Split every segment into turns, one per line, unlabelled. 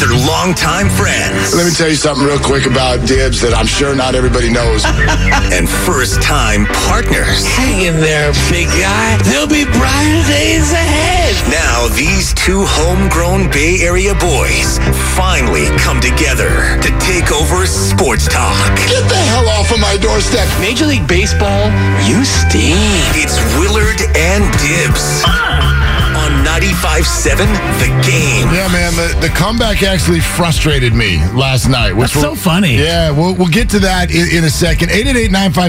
They're longtime friends
Let me tell you something real quick about dibs that I'm sure not everybody knows.
and first time partners.
Hang in there, big guy. There'll be brighter days ahead.
Now, these two homegrown Bay Area boys finally come together to take over sports talk.
Get the hell off of my doorstep.
Major League Baseball, you stink.
It's Willard and Dibbs on 95.7 The Game.
Yeah, man, the, the comeback actually frustrated me last night. Which
That's so funny.
Yeah, we'll, we'll get to that in, in a second.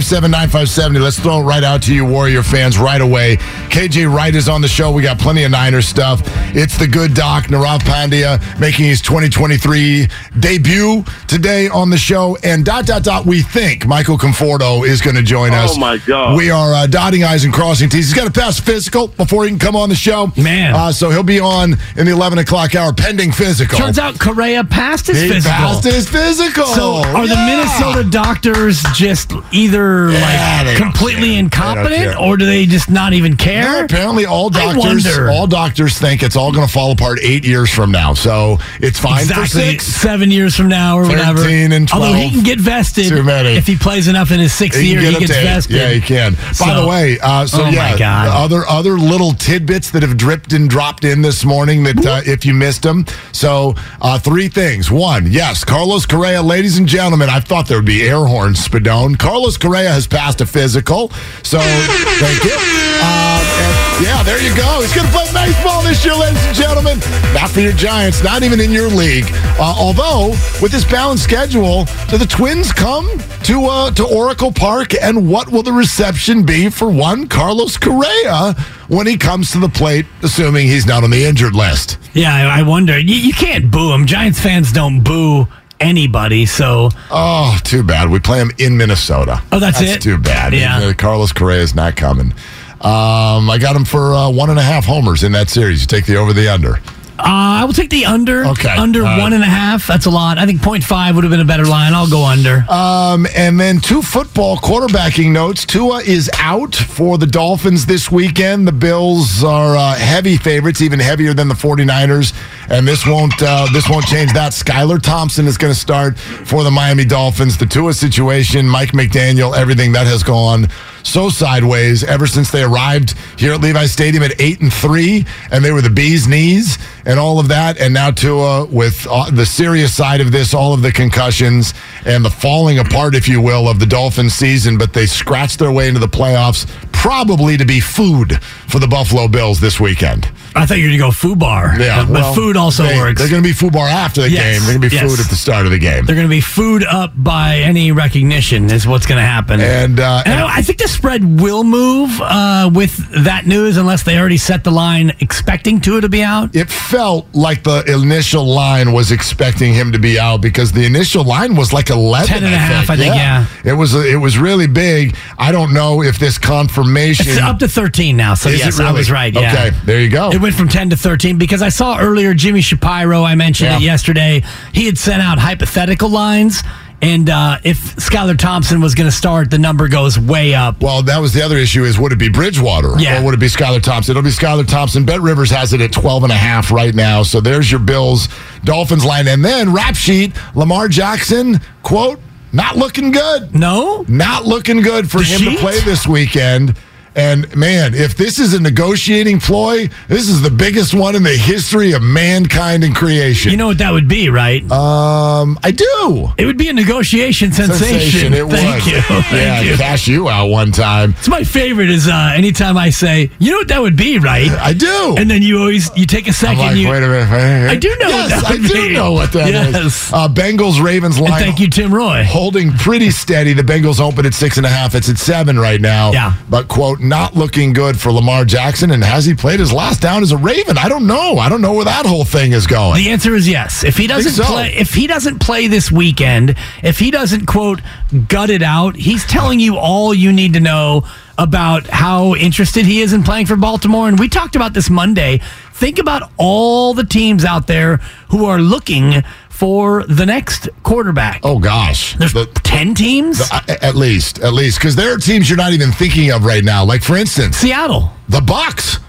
888-957-9570. Let's throw it right out to you Warrior fans right away. KJ Wright is on the show. We got plenty of Niner stuff. It's the good doc, Nirav Pandya, making his 2023 debut today on the show. And dot, dot, dot, we think Michael Conforto is going to join us.
Oh, my God.
We are uh, dotting I's and crossing T's. He's got to pass physical before he can come on the show.
Man.
Uh, so he'll be on in the 11 o'clock hour pending physical.
Turns out Correa passed his
He
physical.
passed his physical.
So are
Yeah.
the Minnesota doctors just either
Yeah, they
like
don't
completely
care. They don't
incompetent
care.
or do they just not even
Yeah,
care?
apparently all
I
doctors
wonder.
all doctors think it's all going to fall apart eight years from now. So it's fine for
Exactly
six.
seven years from now or whatever.
13 and
Although he
12.
can get vested
Too many.
if he plays enough in his sixth
He
year,
can
he
get up
gets
to eight.
vested.
Yeah, he can. By
So-
the way, uh, so
Oh my
yeah,
God.
other other little tidbits that have dripped and dropped in this morning that uh, if you missed them. So uh, three things. One, yes, Carlos Correa, ladies and gentlemen, I thought there would be air horns, Spadone. Carlos Correa has passed a physical, so thank you. Um, and yeah, there you go. He's going to play baseball this year, ladies and gentlemen. Not for your Giants, not even in your league. Uh, although, with this balanced schedule, do the Twins come to uh, to Oracle Park? And what will the reception be for one Carlos Correa when he comes to the plate, assuming he's not on the injured list?
Yeah, I, I wonder. You, you can't boo him. Giants fans don't boo anybody. So
Oh, too bad. We play him in Minnesota.
Oh, that's it?
Too bad.
Yeah.
Uh, Carlos Correa is not coming. Um, I got him for uh, one and a half homers in that series. You take the over the under.
Uh, I will take the under.
Okay. Uh,
Under
All right.
one and a half. That's a lot. I think 0.5 would have been a better line. I'll go under.
Um, and then two football quarterbacking notes. Tua is out for the Dolphins this weekend. The Bills are uh, heavy favorites, even heavier than the 49ers. And this won't uh, this won't change that. Skylar Thompson is going to start for the Miami Dolphins. The Tua situation, Mike McDaniel, everything that has gone so sideways ever since they arrived here at Levi Stadium at eight and three, and they were the bees knees and all of that. And now Tua with uh, the serious side of this, all of the concussions and the falling apart, if you will, of the Dolphins season. But they scratched their way into the playoffs, probably to be food for the Buffalo Bills this weekend.
I thought you were going to go foobar. But, but
well,
food also
they,
works.
They're going to be foobar after the
Yes,
game. They're going to be
yes.
food at the start of the game.
They're going to be food up by any recognition is what's going to happen.
And, uh,
I, don't- I think the spread will move uh, with that news unless they already set the line expecting Tua to be out.
it felt like the initial line was expecting him to be out because the initial line was like 11
10 and a half, I think,
it was it was really big i don't know if this confirmation
It's up to 13 now. So,
Is
yes,
it
I
really?
was right. Yeah.
Okay, there you go.
It went from 10 to 13 because I saw earlier Jimmy Shapiro, I mentioned it
Yeah.
yesterday. He had sent out hypothetical lines. And uh, if Skylar Thompson was going to start, the number goes way up.
well that was the other issue is would it be bridgewater
Yeah.
or would it be skylar thompson it'll be skylar thompson bet rivers has it at 12 and a half right now so there's your bills dolphins line and then rap sheet lamar jackson quote not looking good
No?
not looking good for
The
him
sheet?
to play this weekend. And man, if this is a negotiating ploy, this is the biggest one in the history of mankind and creation.
You know what that would be, right?
um, I do.
it would be a negotiation sensation.
Sensation, it
Thank
was.
you.
yeah,
Thank you.
cash you out one time.
It's my favorite. Is uh, anytime I say, you know what that would be, right?
I do.
And then you always you take a
Oh. I'm
second.
like,
you,
wait a minute. I,
I do know what
Yes,
that
I
would
do
be.
know what that is.
Yes.
Uh, Bengals Ravens
and
line.
thank you, Tim Roy.
Holding pretty steady. The Bengals open at six and a half. It's at seven right now.
Yeah.
But quote, not looking good for Lamar Jackson. And has he played his last down as a Raven? I don't know. I don't know where that whole thing is going.
The answer is yes. If he doesn't
so.
play, if he doesn't play this weekend, if he doesn't quote gut it out, he's telling you all you need to know about how interested he is in playing for Baltimore. And we talked about this Monday. Think about all the teams out there who are looking for the next quarterback.
oh gosh.
There's
The-
ten teams.
I- at least, at least, because there are teams you're not even thinking of right now. Like for instance,
Seattle.
the Bucks.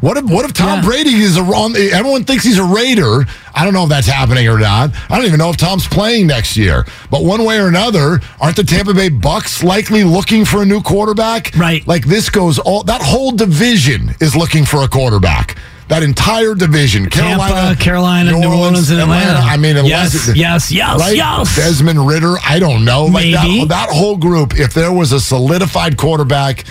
What if what if Tom
Yeah.
Brady is a wrong? Everyone thinks he's a Raider. I don't know if that's happening or not. I don't even know if Tom's playing next year. But one way or another, aren't the Tampa Bay Bucks likely looking for a new quarterback?
Right.
Like this goes all that whole division is looking for a quarterback. That entire division,
Tampa,
Carolina,
Carolina, New, Orleans, and Atlanta.
I mean, unless
yes,
it-
yes, yes,
right?
yes.
Desmond Ritter, I don't know. Like
Maybe.
that, that whole group, if there was a solidified quarterback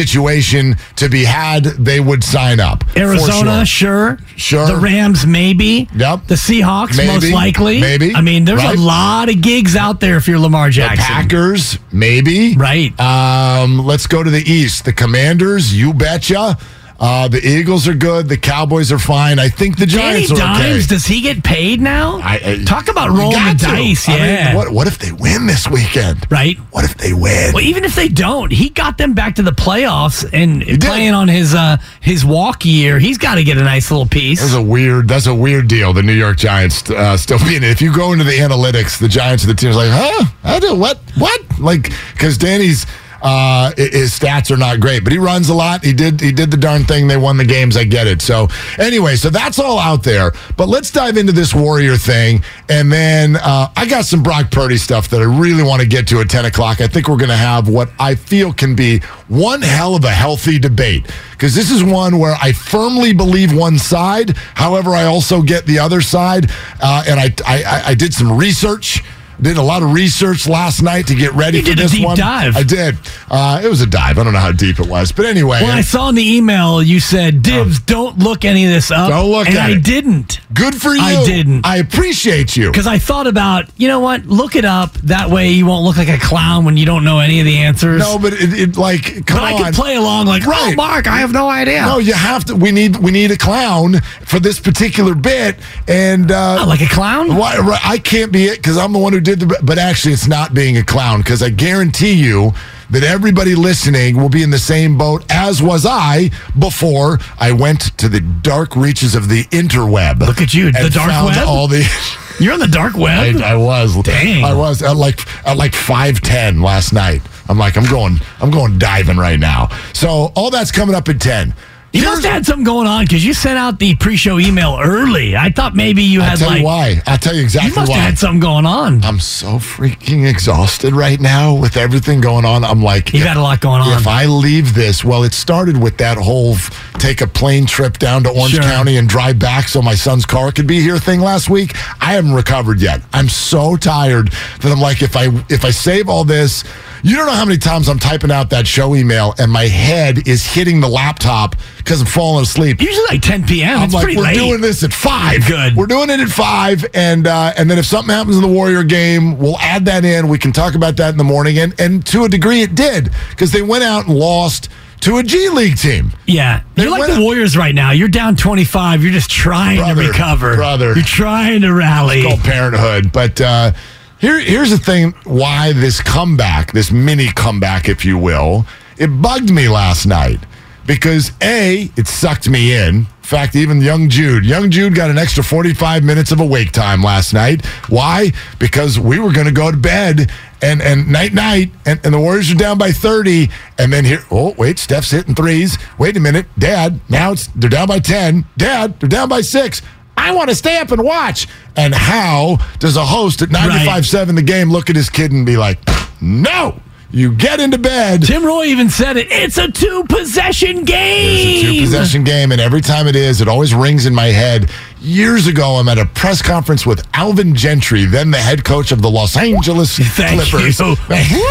situation to be had, they would sign up. for
Arizona, sure.
Sure.
The Rams, maybe.
Yep.
The Seahawks, most
Maybe.
likely.
Maybe.
I mean, there's
Right.
a lot of gigs out there if you're Lamar
The
Jackson.
Packers, maybe.
Right.
Um, let's go to the East. The Commanders, you betcha. Uh, the Eagles are good. The Cowboys are fine. I think the
Danny
Giants are okay.
Dimes, does he get paid now?
I- I-
Talk about
You
rolling the
got to.
dice.
I mean,
yeah.
what, what if they win this weekend?
Right.
What if they win?
Well, even if they don't, he got them back to the playoffs and
did.
playing on his uh, his walk year. He's got to get a nice little piece.
That's a weird. That's a weird deal. The New York Giants uh, still being. in it. If you go into the analytics, the Giants are the team's like, huh? I do what? What? Like because Danny's uh, i- his stats are not great, but he runs a lot. He did. He did the darn thing. They won the games. I get it. So anyway, so that's all out there. But let's dive into this Warrior thing, and then uh, I got some Brock Purdy stuff that I really want to get to at ten o'clock. I think we're going to have what I feel can be one hell of a healthy debate because this is one where I firmly believe one side. However, I also get the other side, uh, and I, I I- I did some research. Did a lot of research last night to get ready
You
for
did a
this
deep
one.
dive.
I did. Uh, it was a dive. I don't know how deep it was, but anyway,
When I saw in the email you said, Dibs, don't look any of this up.
Uh, Don't look
and
at
I
it.
didn't.
good for you.
I didn't.
I appreciate you.
Because I thought about, you know what? Look it up. That way you won't look like a clown when you don't know any of the answers.
No, but it, it like come
but I
on.
could play along like, oh,
Right.
Mark, I have no idea.
No, you have to. We need we need a clown for this particular bit, and uh,
Not like a clown?
Why, right, I can't be it because I'm the one who did the. But actually, it's not being a clown because I guarantee you that everybody listening will be in the same boat as was I before I went to the dark reaches of the interweb.
Look at you, the
and
dark
found
web?
All the.
You're on the dark
I,
web?
I was.
Dang.
I was at like at like five ten last night. I'm like I'm going I'm going diving right now. So all that's coming up at ten.
you
Here's-
must have had something going on because you sent out the pre show email early. I thought maybe you
I'll
had
tell
like.
you why. I'll tell you
You
exactly
must
why.
have had something going on.
I'm so freaking exhausted right now with everything going on. I'm like,
You've had a lot going on.
If I leave this, well, it started with that whole f- take a plane trip down to Orange
Sure.
County and drive back so my son's car could be here thing last week. I haven't recovered yet. I'm so tired that I'm like, if I if I save all this, you don't know how many times I'm typing out that show email and my head is hitting the laptop because I'm falling asleep.
Usually like 10 p.m.
I'm
it's
like,
pretty
we're
late.
doing this at five.
Good.
We're doing it at five, and uh, and then if something happens in the Warrior game, we'll add that in. We can talk about that in the morning, and and to a degree, it did because they went out and lost to a G League team.
Yeah.
They
You're like
went
the
up-
Warriors right now. You're down 25. You're just trying
Brother,
to recover.
brother.
You're trying to rally.
Called Parenthood, but uh, here here's the thing: why this comeback, this mini comeback, if you will, it bugged me last night because a it sucked me in. In fact, even young Jude, young Jude got an extra 45 minutes of awake time last night. Why? Because we were going to go to bed and and night night and, and the Warriors are down by 30 and then here oh wait Steph's hitting threes wait a minute dad now it's they're down by 10 dad they're down by 6 I want to stay up and watch and how does a host at 95.7 the game look at his kid and be like no You get into bed.
Tim Roy even said it. It's a two possession
It's a two
game.
possession game, and every time it is, it always rings in my head. Years ago, I'm at a press conference with Alvin Gentry, then the head coach of the Los Angeles
Thank
Clippers.
you.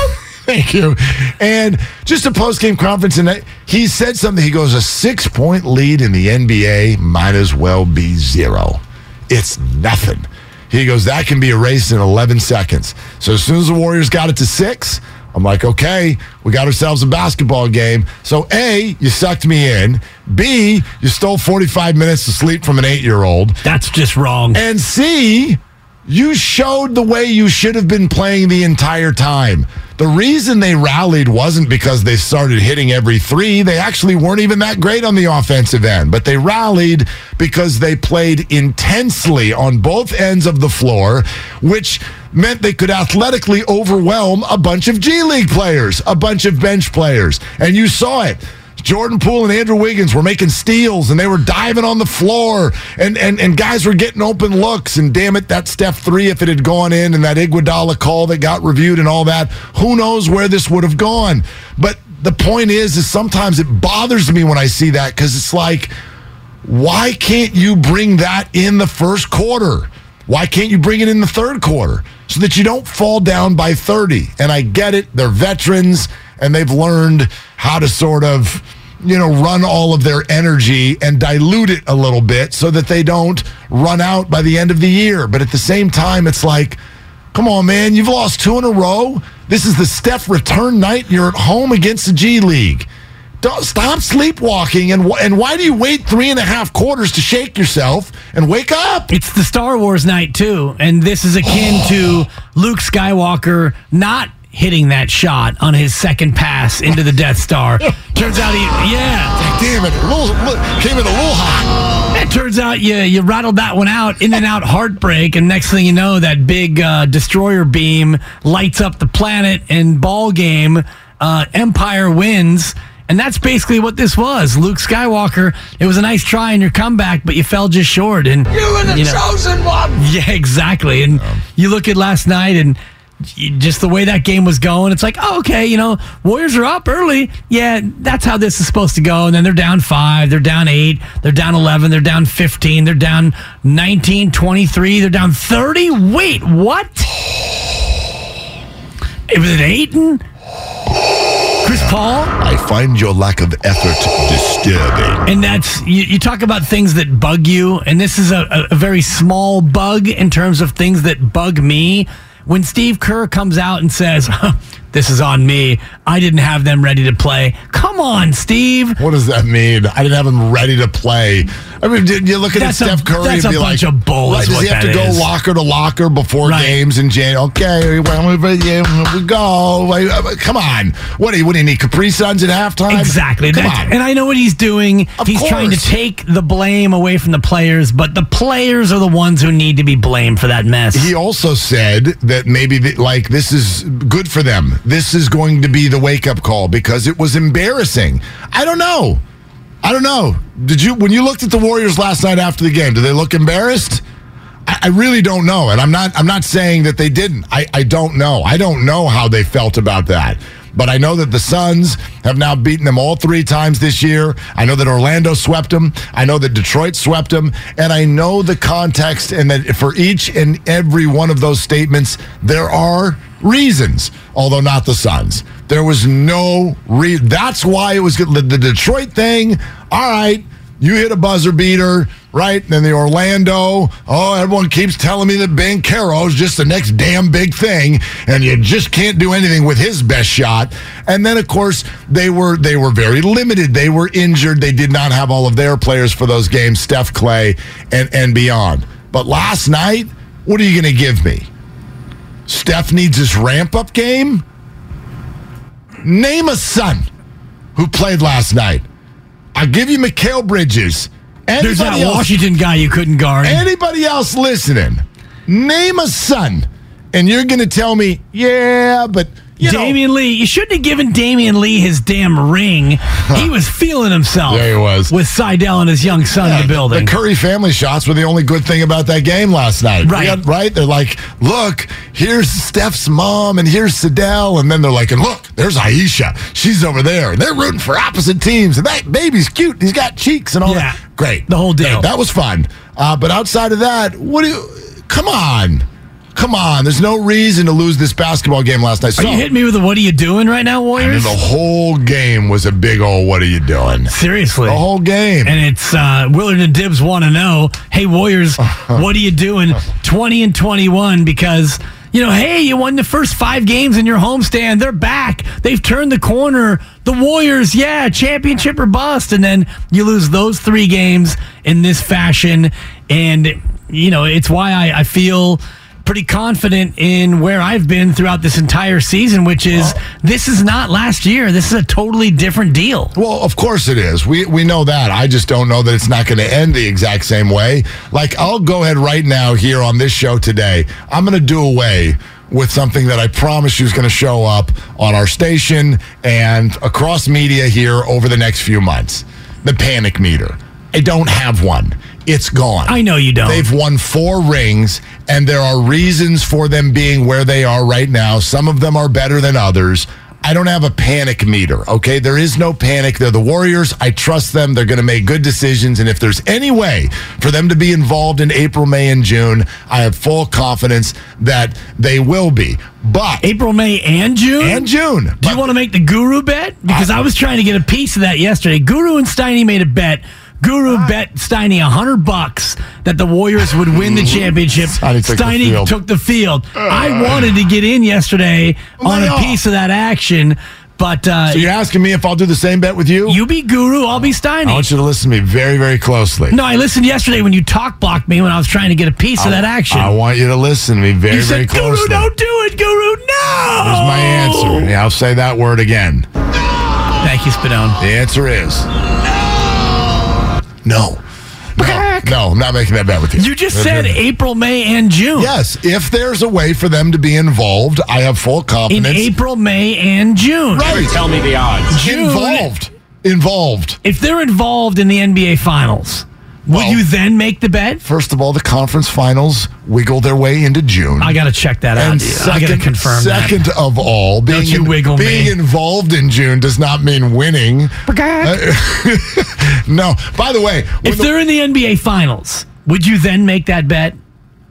Thank you. And just a post game conference, and I- he said something. He goes, A six point lead in the NBA might as well be zero. It's nothing. He goes, That can be erased in 11 seconds. So as soon as the Warriors got it to six, I'm like, okay, we got ourselves a basketball game. So, A, you sucked me in. B, you stole 45 minutes of sleep from an eight year old.
That's just wrong.
And C, you showed the way you should have been playing the entire time. The reason they rallied wasn't because they started hitting every three. They actually weren't even that great on the offensive end, but they rallied because they played intensely on both ends of the floor, which meant they could athletically overwhelm a bunch of G League players, a bunch of bench players. And you saw it. Jordan Poole and Andrew Wiggins were making steals and they were diving on the floor and, and, and guys were getting open looks and damn it, that Steph three if it had gone in and that Iguodala call that got reviewed and all that, who knows where this would have gone. But the point is, is sometimes it bothers me when I see that because it's like, why can't you bring that in the first quarter? Why can't you bring it in the third quarter so that you don't fall down by 30? And I get it, they're veterans and they've learned how to sort of, you know, run all of their energy and dilute it a little bit so that they don't run out by the end of the year. But at the same time, it's like, come on, man, you've lost two in a row. This is the Steph return night. You're at home against the G League. Don't stop sleepwalking and wh- and why do you wait three and a half quarters to shake yourself and wake up?
It's the Star Wars night too, and this is akin to Luke Skywalker not hitting that shot on his second pass into the Death Star. turns out he, yeah,
Damn it! a little- li- came in a little hot.
it turns out you you rattled that one out in and out heartbreak, and next thing you know, that big uh, destroyer beam lights up the planet and ball game. Uh, Empire wins. And that's basically what this was. Luke Skywalker, it was a nice try in your comeback, but you fell just short. And
You were the
You know.
chosen one.
Yeah, exactly. And you look at last night and y- just the way that game was going, it's like, oh, okay, you know, Warriors are up early. Yeah, that's how this is supposed to go. And then they're down five, they're down eight, they're down 11, they're down 15, they're down 19, 23, they're down 30. Wait, what? It was an Aiton? Chris Paul?
I find your lack of effort disturbing.
And that's you, you talk about things that bug you, and this is a, a, a very small bug in terms of things that bug me. When Steve Kerr comes out and says, "This is on me. I didn't have them ready to play." Come on, Steve.
What does that mean? I didn't have him ready to play. I mean, did you look at
That's a-
Steph Curry
that's
and
a
be
bunch
like,
of bull is
"Does
what
he have
that
to go
is."
locker to locker before
Right.
games in Jan? Okay, well, we- yeah, we go. Wait, uh, Come on, what do you? What do you need? Capri Suns at halftime?
Exactly.
Come
That's-
on.
And I know what he's doing.
Of
he's trying to
course.
take the blame away from the players, but the players are the ones who need to be blamed for that mess.
he also said that maybe th- like this is good for them. This is going to be the wake up call because it was embarrassing. I don't know. I don't know. Did you when you looked at the Warriors last night after the game? Did they look embarrassed? I, I really don't know, and I'm not. I'm not saying that they didn't. I, I don't know. I don't know how they felt about that. But I know that the Suns have now beaten them all three times this year. I know that Orlando swept them. I know that Detroit swept them. And I know the context, and that for each and every one of those statements, there are reasons, although not the Suns. There was no re. That's why it was good. The, the Detroit thing, all right, you hit a buzzer beater, right? And then the Orlando, oh, everyone keeps telling me that Ben Caro's just the next damn big thing, and you just can't do anything with his best shot. And then of course they were they were very limited. They were injured. They did not have all of their players for those games, Steph Clay and, and beyond. But last night, what are you gonna give me? Steph needs his ramp up game? Name a son who played last night. I give you Mikhail Bridges.
There's that
Anybody else,
Washington guy you couldn't guard.
anybody else listening, name a son, and you're going to tell me, yeah, but you know-
Damian Lee, you shouldn't have given Damian Lee his damn ring. he was feeling himself.
Yeah, he was.
With Seidel and his young son in the building.
The Curry family shots were the only good thing about that game last night. We
Right.
got- right? They're like, look, here's Steph's mom and here's Sidell. And then they're like, and look, there's Aisha. She's over there. And they're rooting for opposite teams. And that baby's cute. and He's got cheeks and all
Yeah.
that. Great.
The whole deal.
Great. That was fun. Uh, but outside of that, what do you, come on. Come on. There's no reason to lose this basketball game last night.
Are you hitting me with a what are you doing right now,
I mean,
Warriors?
the whole game was a big old what are you doing?
Seriously.
The whole game.
and it's uh, Willard and Dibbs want to know, hey Warriors, what are you doing? Twenty and twenty-one because you know, hey, you won the first five games in your homestand. They're back. They've turned the corner. The Warriors, yeah, championship or bust. And then you lose those three games in this fashion, and you know it's why I, I feel pretty confident in where I've been throughout this entire season, which is this is not last year. This is a totally different deal.
Well, of course it is. We we know that. I just don't know that it's not going to end the exact same way. Like I'll go ahead right now here on this show today. I'm going to do away with something that I promise you is going to show up on our station and across media here over the next few months. The panic meter. I don't have one. It's gone.
I know you don't.
They've won four rings, and there are reasons for them being where they are right now. Some of them are better than others. I don't have a panic meter, okay? There is no panic. They're the Warriors. I trust them. They're going to make good decisions. And if there's any way for them to be involved in April, May, and June, I have full confidence that they will be. But
April, May, and June.
and June.
Do you
But-
want to make the Guru bet? Because I was trying to get a piece of that yesterday. Guru and Steiny made a bet. Guru bet Steiny a hundred bucks that the Warriors would win the championship.
Steiny took the
Steiny
field. Uh.
took the field. I wanted to get in yesterday on a
Lay off.
piece of that action, but uh,
so you're asking me if I'll do the same bet with you?
you be Guru, I'll be
I
Steiny.
want you to listen to me very, very closely.
No, I listened yesterday when you talk blocked me when I was trying to get a piece of that action.
I want you to listen to me very,
you
very
said,
closely.
Guru, don't do it, Guru. No.
Here's my answer. Yeah, I'll say that word again.
Thank you, Spinone.
The answer is no. No, no, I'm not making that bet with you.
You just said April, May, and June.
Yes, if there's a way for them to be involved, I have full
in
confidence.
April, May, and June.
Right. Tell me the odds.
June-
Involved. Involved.
If they're involved in the NBA Finals, would
Well-
you then make the bet?
First of all, the conference finals wiggle their way into June.
I got to check that out. I got to confirm
second of all, being,
you wiggle me.
being involved in June does not mean winning. Uh, no. By the way,
that.
when
If
the-
they're in the NBA Finals, would you then make that bet?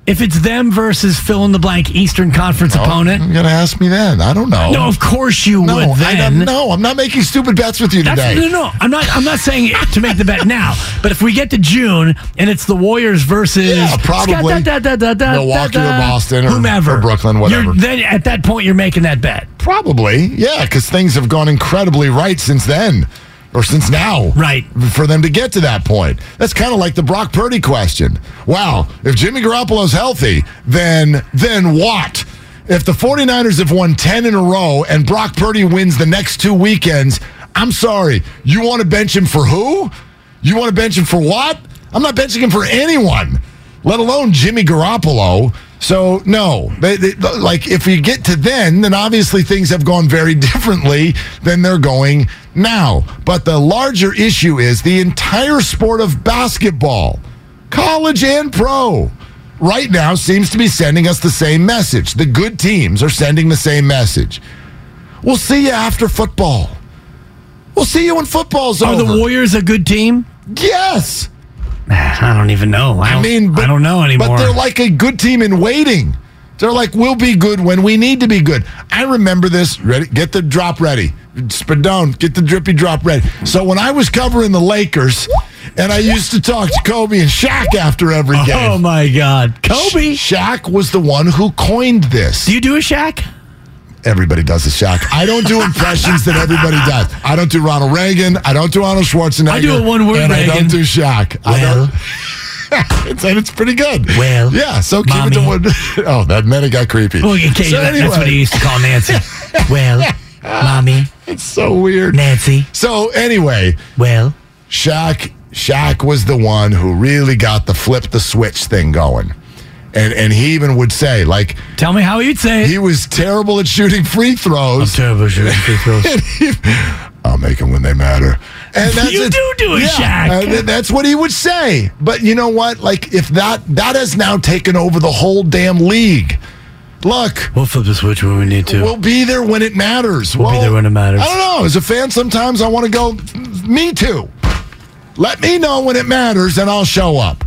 If it's them versus fill in the blank Eastern Conference
You're
opponent?
gonna Oh, ask me then. I don't know.
No, of course you
No,
would
I
then.
don't know. I'm not making stupid bets with you
That's,
today.
no, no, no. I'm not. I'm not saying it to make the bet now. But if we get to June and it's the Warriors versus
Yeah, probably
Scott, da, da, da, da, da,
Milwaukee or
da,
Boston or-
whomever,
or Brooklyn,
You're-
whatever.
then at that point, you're making that bet.
Probably, yeah, because things have gone incredibly right since then, or since now.
Right.
For them to get to that point, that's kind of like the Brock Purdy question. Wow, if Jimmy Garoppolo's healthy, then then what? If the 49ers have won 10 in a row and Brock Purdy wins the next two weekends, I'm sorry. You want to bench him for who? You want to bench him for what? I'm not benching him for anyone, let alone Jimmy Garoppolo. So no, they, they, like if you get to then, then obviously things have gone very differently than they're going now. But the larger issue is the entire sport of basketball, college and pro, right now seems to be sending us the same message. The good teams are sending the same message. We'll see you after football. We'll see you when football's
Are
over.
the Warriors a good team?
Yes.
I don't even know. I,
I
don't,
mean, but,
I don't know anymore.
But they're like a good team in waiting. They're like, we'll be good when we need to be good. I remember this. Ready? Get the drop ready. Spadone, get the drippy drop ready. So when I was covering the Lakers, and I used to talk to Kobe and Shaq after every game.
oh my God, Kobe!
Sh- Shaq was the one who coined this.
do you do a Shaq?
Everybody does a Shaq. I don't do impressions that everybody does. I don't do Ronald Reagan. I don't do Arnold Schwarzenegger.
I do a one-word
And I
Reagan.
don't do Shaq. I
Well.
don't- it's, and it's pretty good.
Well,
yeah. So keep it to
mommy.
one. Oh, that meant it got creepy.
Well, okay,
so
that- that's what he used to call Nancy. well, mommy,
it's so weird.
Nancy.
So anyway,
Well,
Shaq Shaq was the one who really got the flip the switch thing going. And and he even would say like
Tell me how you'd say it.
he was terrible at shooting free throws.
terrible shooting free throws.
I'll make them when they matter. And
You do do it, Shaq.
uh, th- that's what he would say. But you know what? Like if that that has now taken over the whole damn league. Look,
We'll flip the switch when we need to.
we'll be there when it matters. We'll,
be there when it matters.
I don't know. As a fan, sometimes I want to go. Me too. Let me know when it matters, and I'll show up.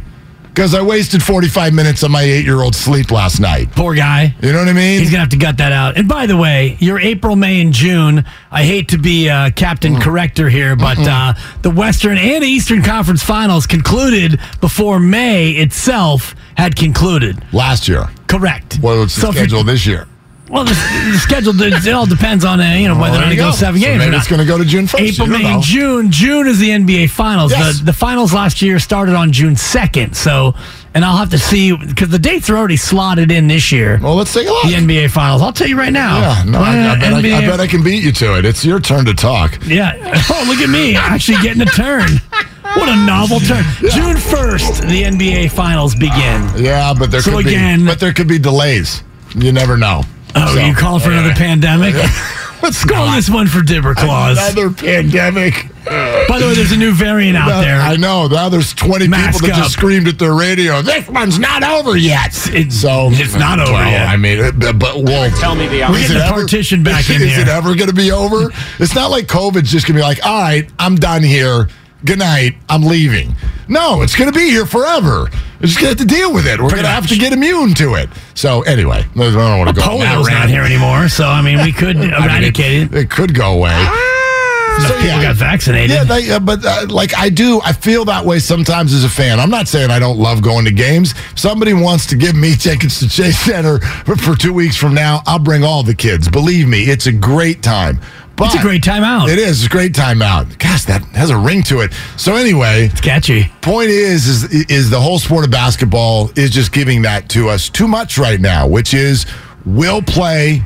Because I wasted 45 minutes of my eight-year-old sleep last night.
Poor guy.
You know what I mean?
He's gonna have to gut that out. And by the way, your April, May, and June. I hate to be uh, Captain Corrector here, but uh, the Western and Eastern Conference Finals concluded before May itself had concluded.
last year.
Correct.
Well, it's the
So if you-
schedule this year.
Well, the, the schedule it all depends on uh, you know whether
Well,
or not
there
it
you
goes
go.
seven
So
games. or
maybe it's
not.
gonna go to June 1st.
April,
You don't
May, and
know.
June. June is the NBA Finals.
Yes.
The the finals last year started on June second. So, and I'll have to see because the dates are already slotted in this year.
Well, let's take a look.
the NBA Finals. I'll tell you right now.
Yeah, no, I, I,
Uh,
bet I, I
NBA
bet I can beat you to it. It's your turn to talk.
Yeah. Oh, look at me actually getting a turn. What a novel turn. June 1st, the NBA Finals begin.
Yeah, but there
So
could
again-
be, but there could be delays. You never know.
Oh,
So-
you call for another pandemic?
Let's
Call this one for Dibber Claus.
Another pandemic.
By the way, there's a new variant out there.
I know. Now there's 20
Mask
people that
up.
just screamed at their radio. This one's not over yet.
It's-
so
it's not over
Well,
yet.
I mean, it- but, but well, tell me the
We're getting the partition back in
is
here.
it ever going to be over? It's not like COVID's just going to be like, all right, I'm done here. Good night. I'm leaving. No, it's going to be here forever. We're just going to have to deal with it. We're going to have to get immune to it. So anyway, I don't want to go. on that
Polio's not
rant.
here anymore, so I mean, we could
I mean, it-
eradicate it.
it, could go away.
Enough people got vaccinated.
Yeah, they, uh, but uh, like I do, I feel that way sometimes as a fan. I'm not saying I don't love going to games. If somebody wants to give me tickets to Chase Center for, for two weeks from now, I'll bring all the kids. Believe me, it's a great time. But
It's a great time out.
It is. It's a great time out. Gosh, that has a ring to it. So anyway,
Catchy.
point is is is the whole sport of basketball is just giving that to us too much right now, which is we'll play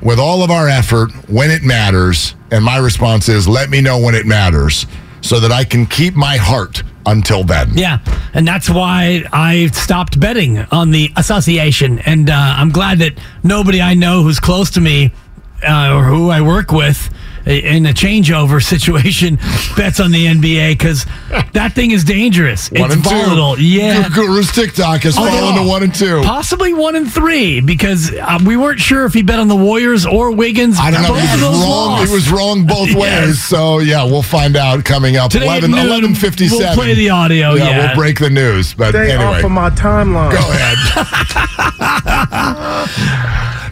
with all of our effort when it matters. And my response is let me know when it matters so that I can keep my heart until then.
Yeah, and that's why I stopped betting on the association, and uh, I'm glad that nobody I know who's close to me uh, or who I work with i- in a changeover situation bets on the NBA because that thing is dangerous.
One
it's
and
volatile.
two.
Yeah. Oh,
Gu- Guru's TikTok has fallen to one and two.
Possibly one and three because uh, we weren't sure if he bet on the Warriors or Wiggins.
I don't know.
Both of
He
those
was wrong.
lost.
He was wrong both
Yes.
ways. So yeah, we'll find out coming up.
Today at
11,
noon,
11:57.
we'll play the audio, yeah.
we'll break the news. But
Stay
anyway,
off of my timeline.
Go ahead.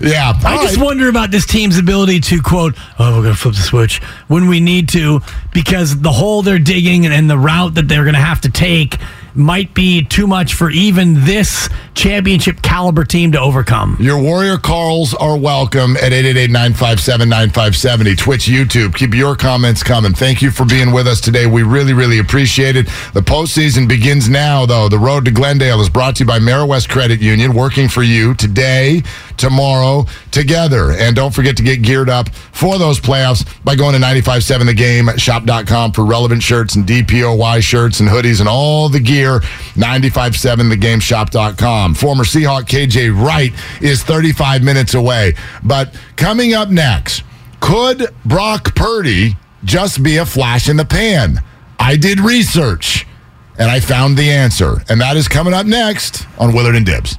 yeah.
I
all
just
right.
wonder about this team's ability to quote, "Oh, we're gonna flip the switch when we need to," because the hole they're digging and, and the route that they're gonna have to take might be too much for even this championship caliber team to overcome.
Your Warrior Carls are welcome at 888 957 9570, Twitch, YouTube. Keep your comments coming. Thank you for being with us today. We really, really appreciate it. The postseason begins now, though. The road to Glendale is brought to you by Merriwest Credit Union, working for you today, tomorrow, together. And don't forget to get geared up for those playoffs by going to 957thegameshop.com for relevant shirts and DPOY shirts and hoodies and all the gear. 957thegameshop.com. Former Seahawk KJ Wright is 35 minutes away. But coming up next, could Brock Purdy just be a flash in the pan? I did research and I found the answer. And that is coming up next on Willard and Dibbs.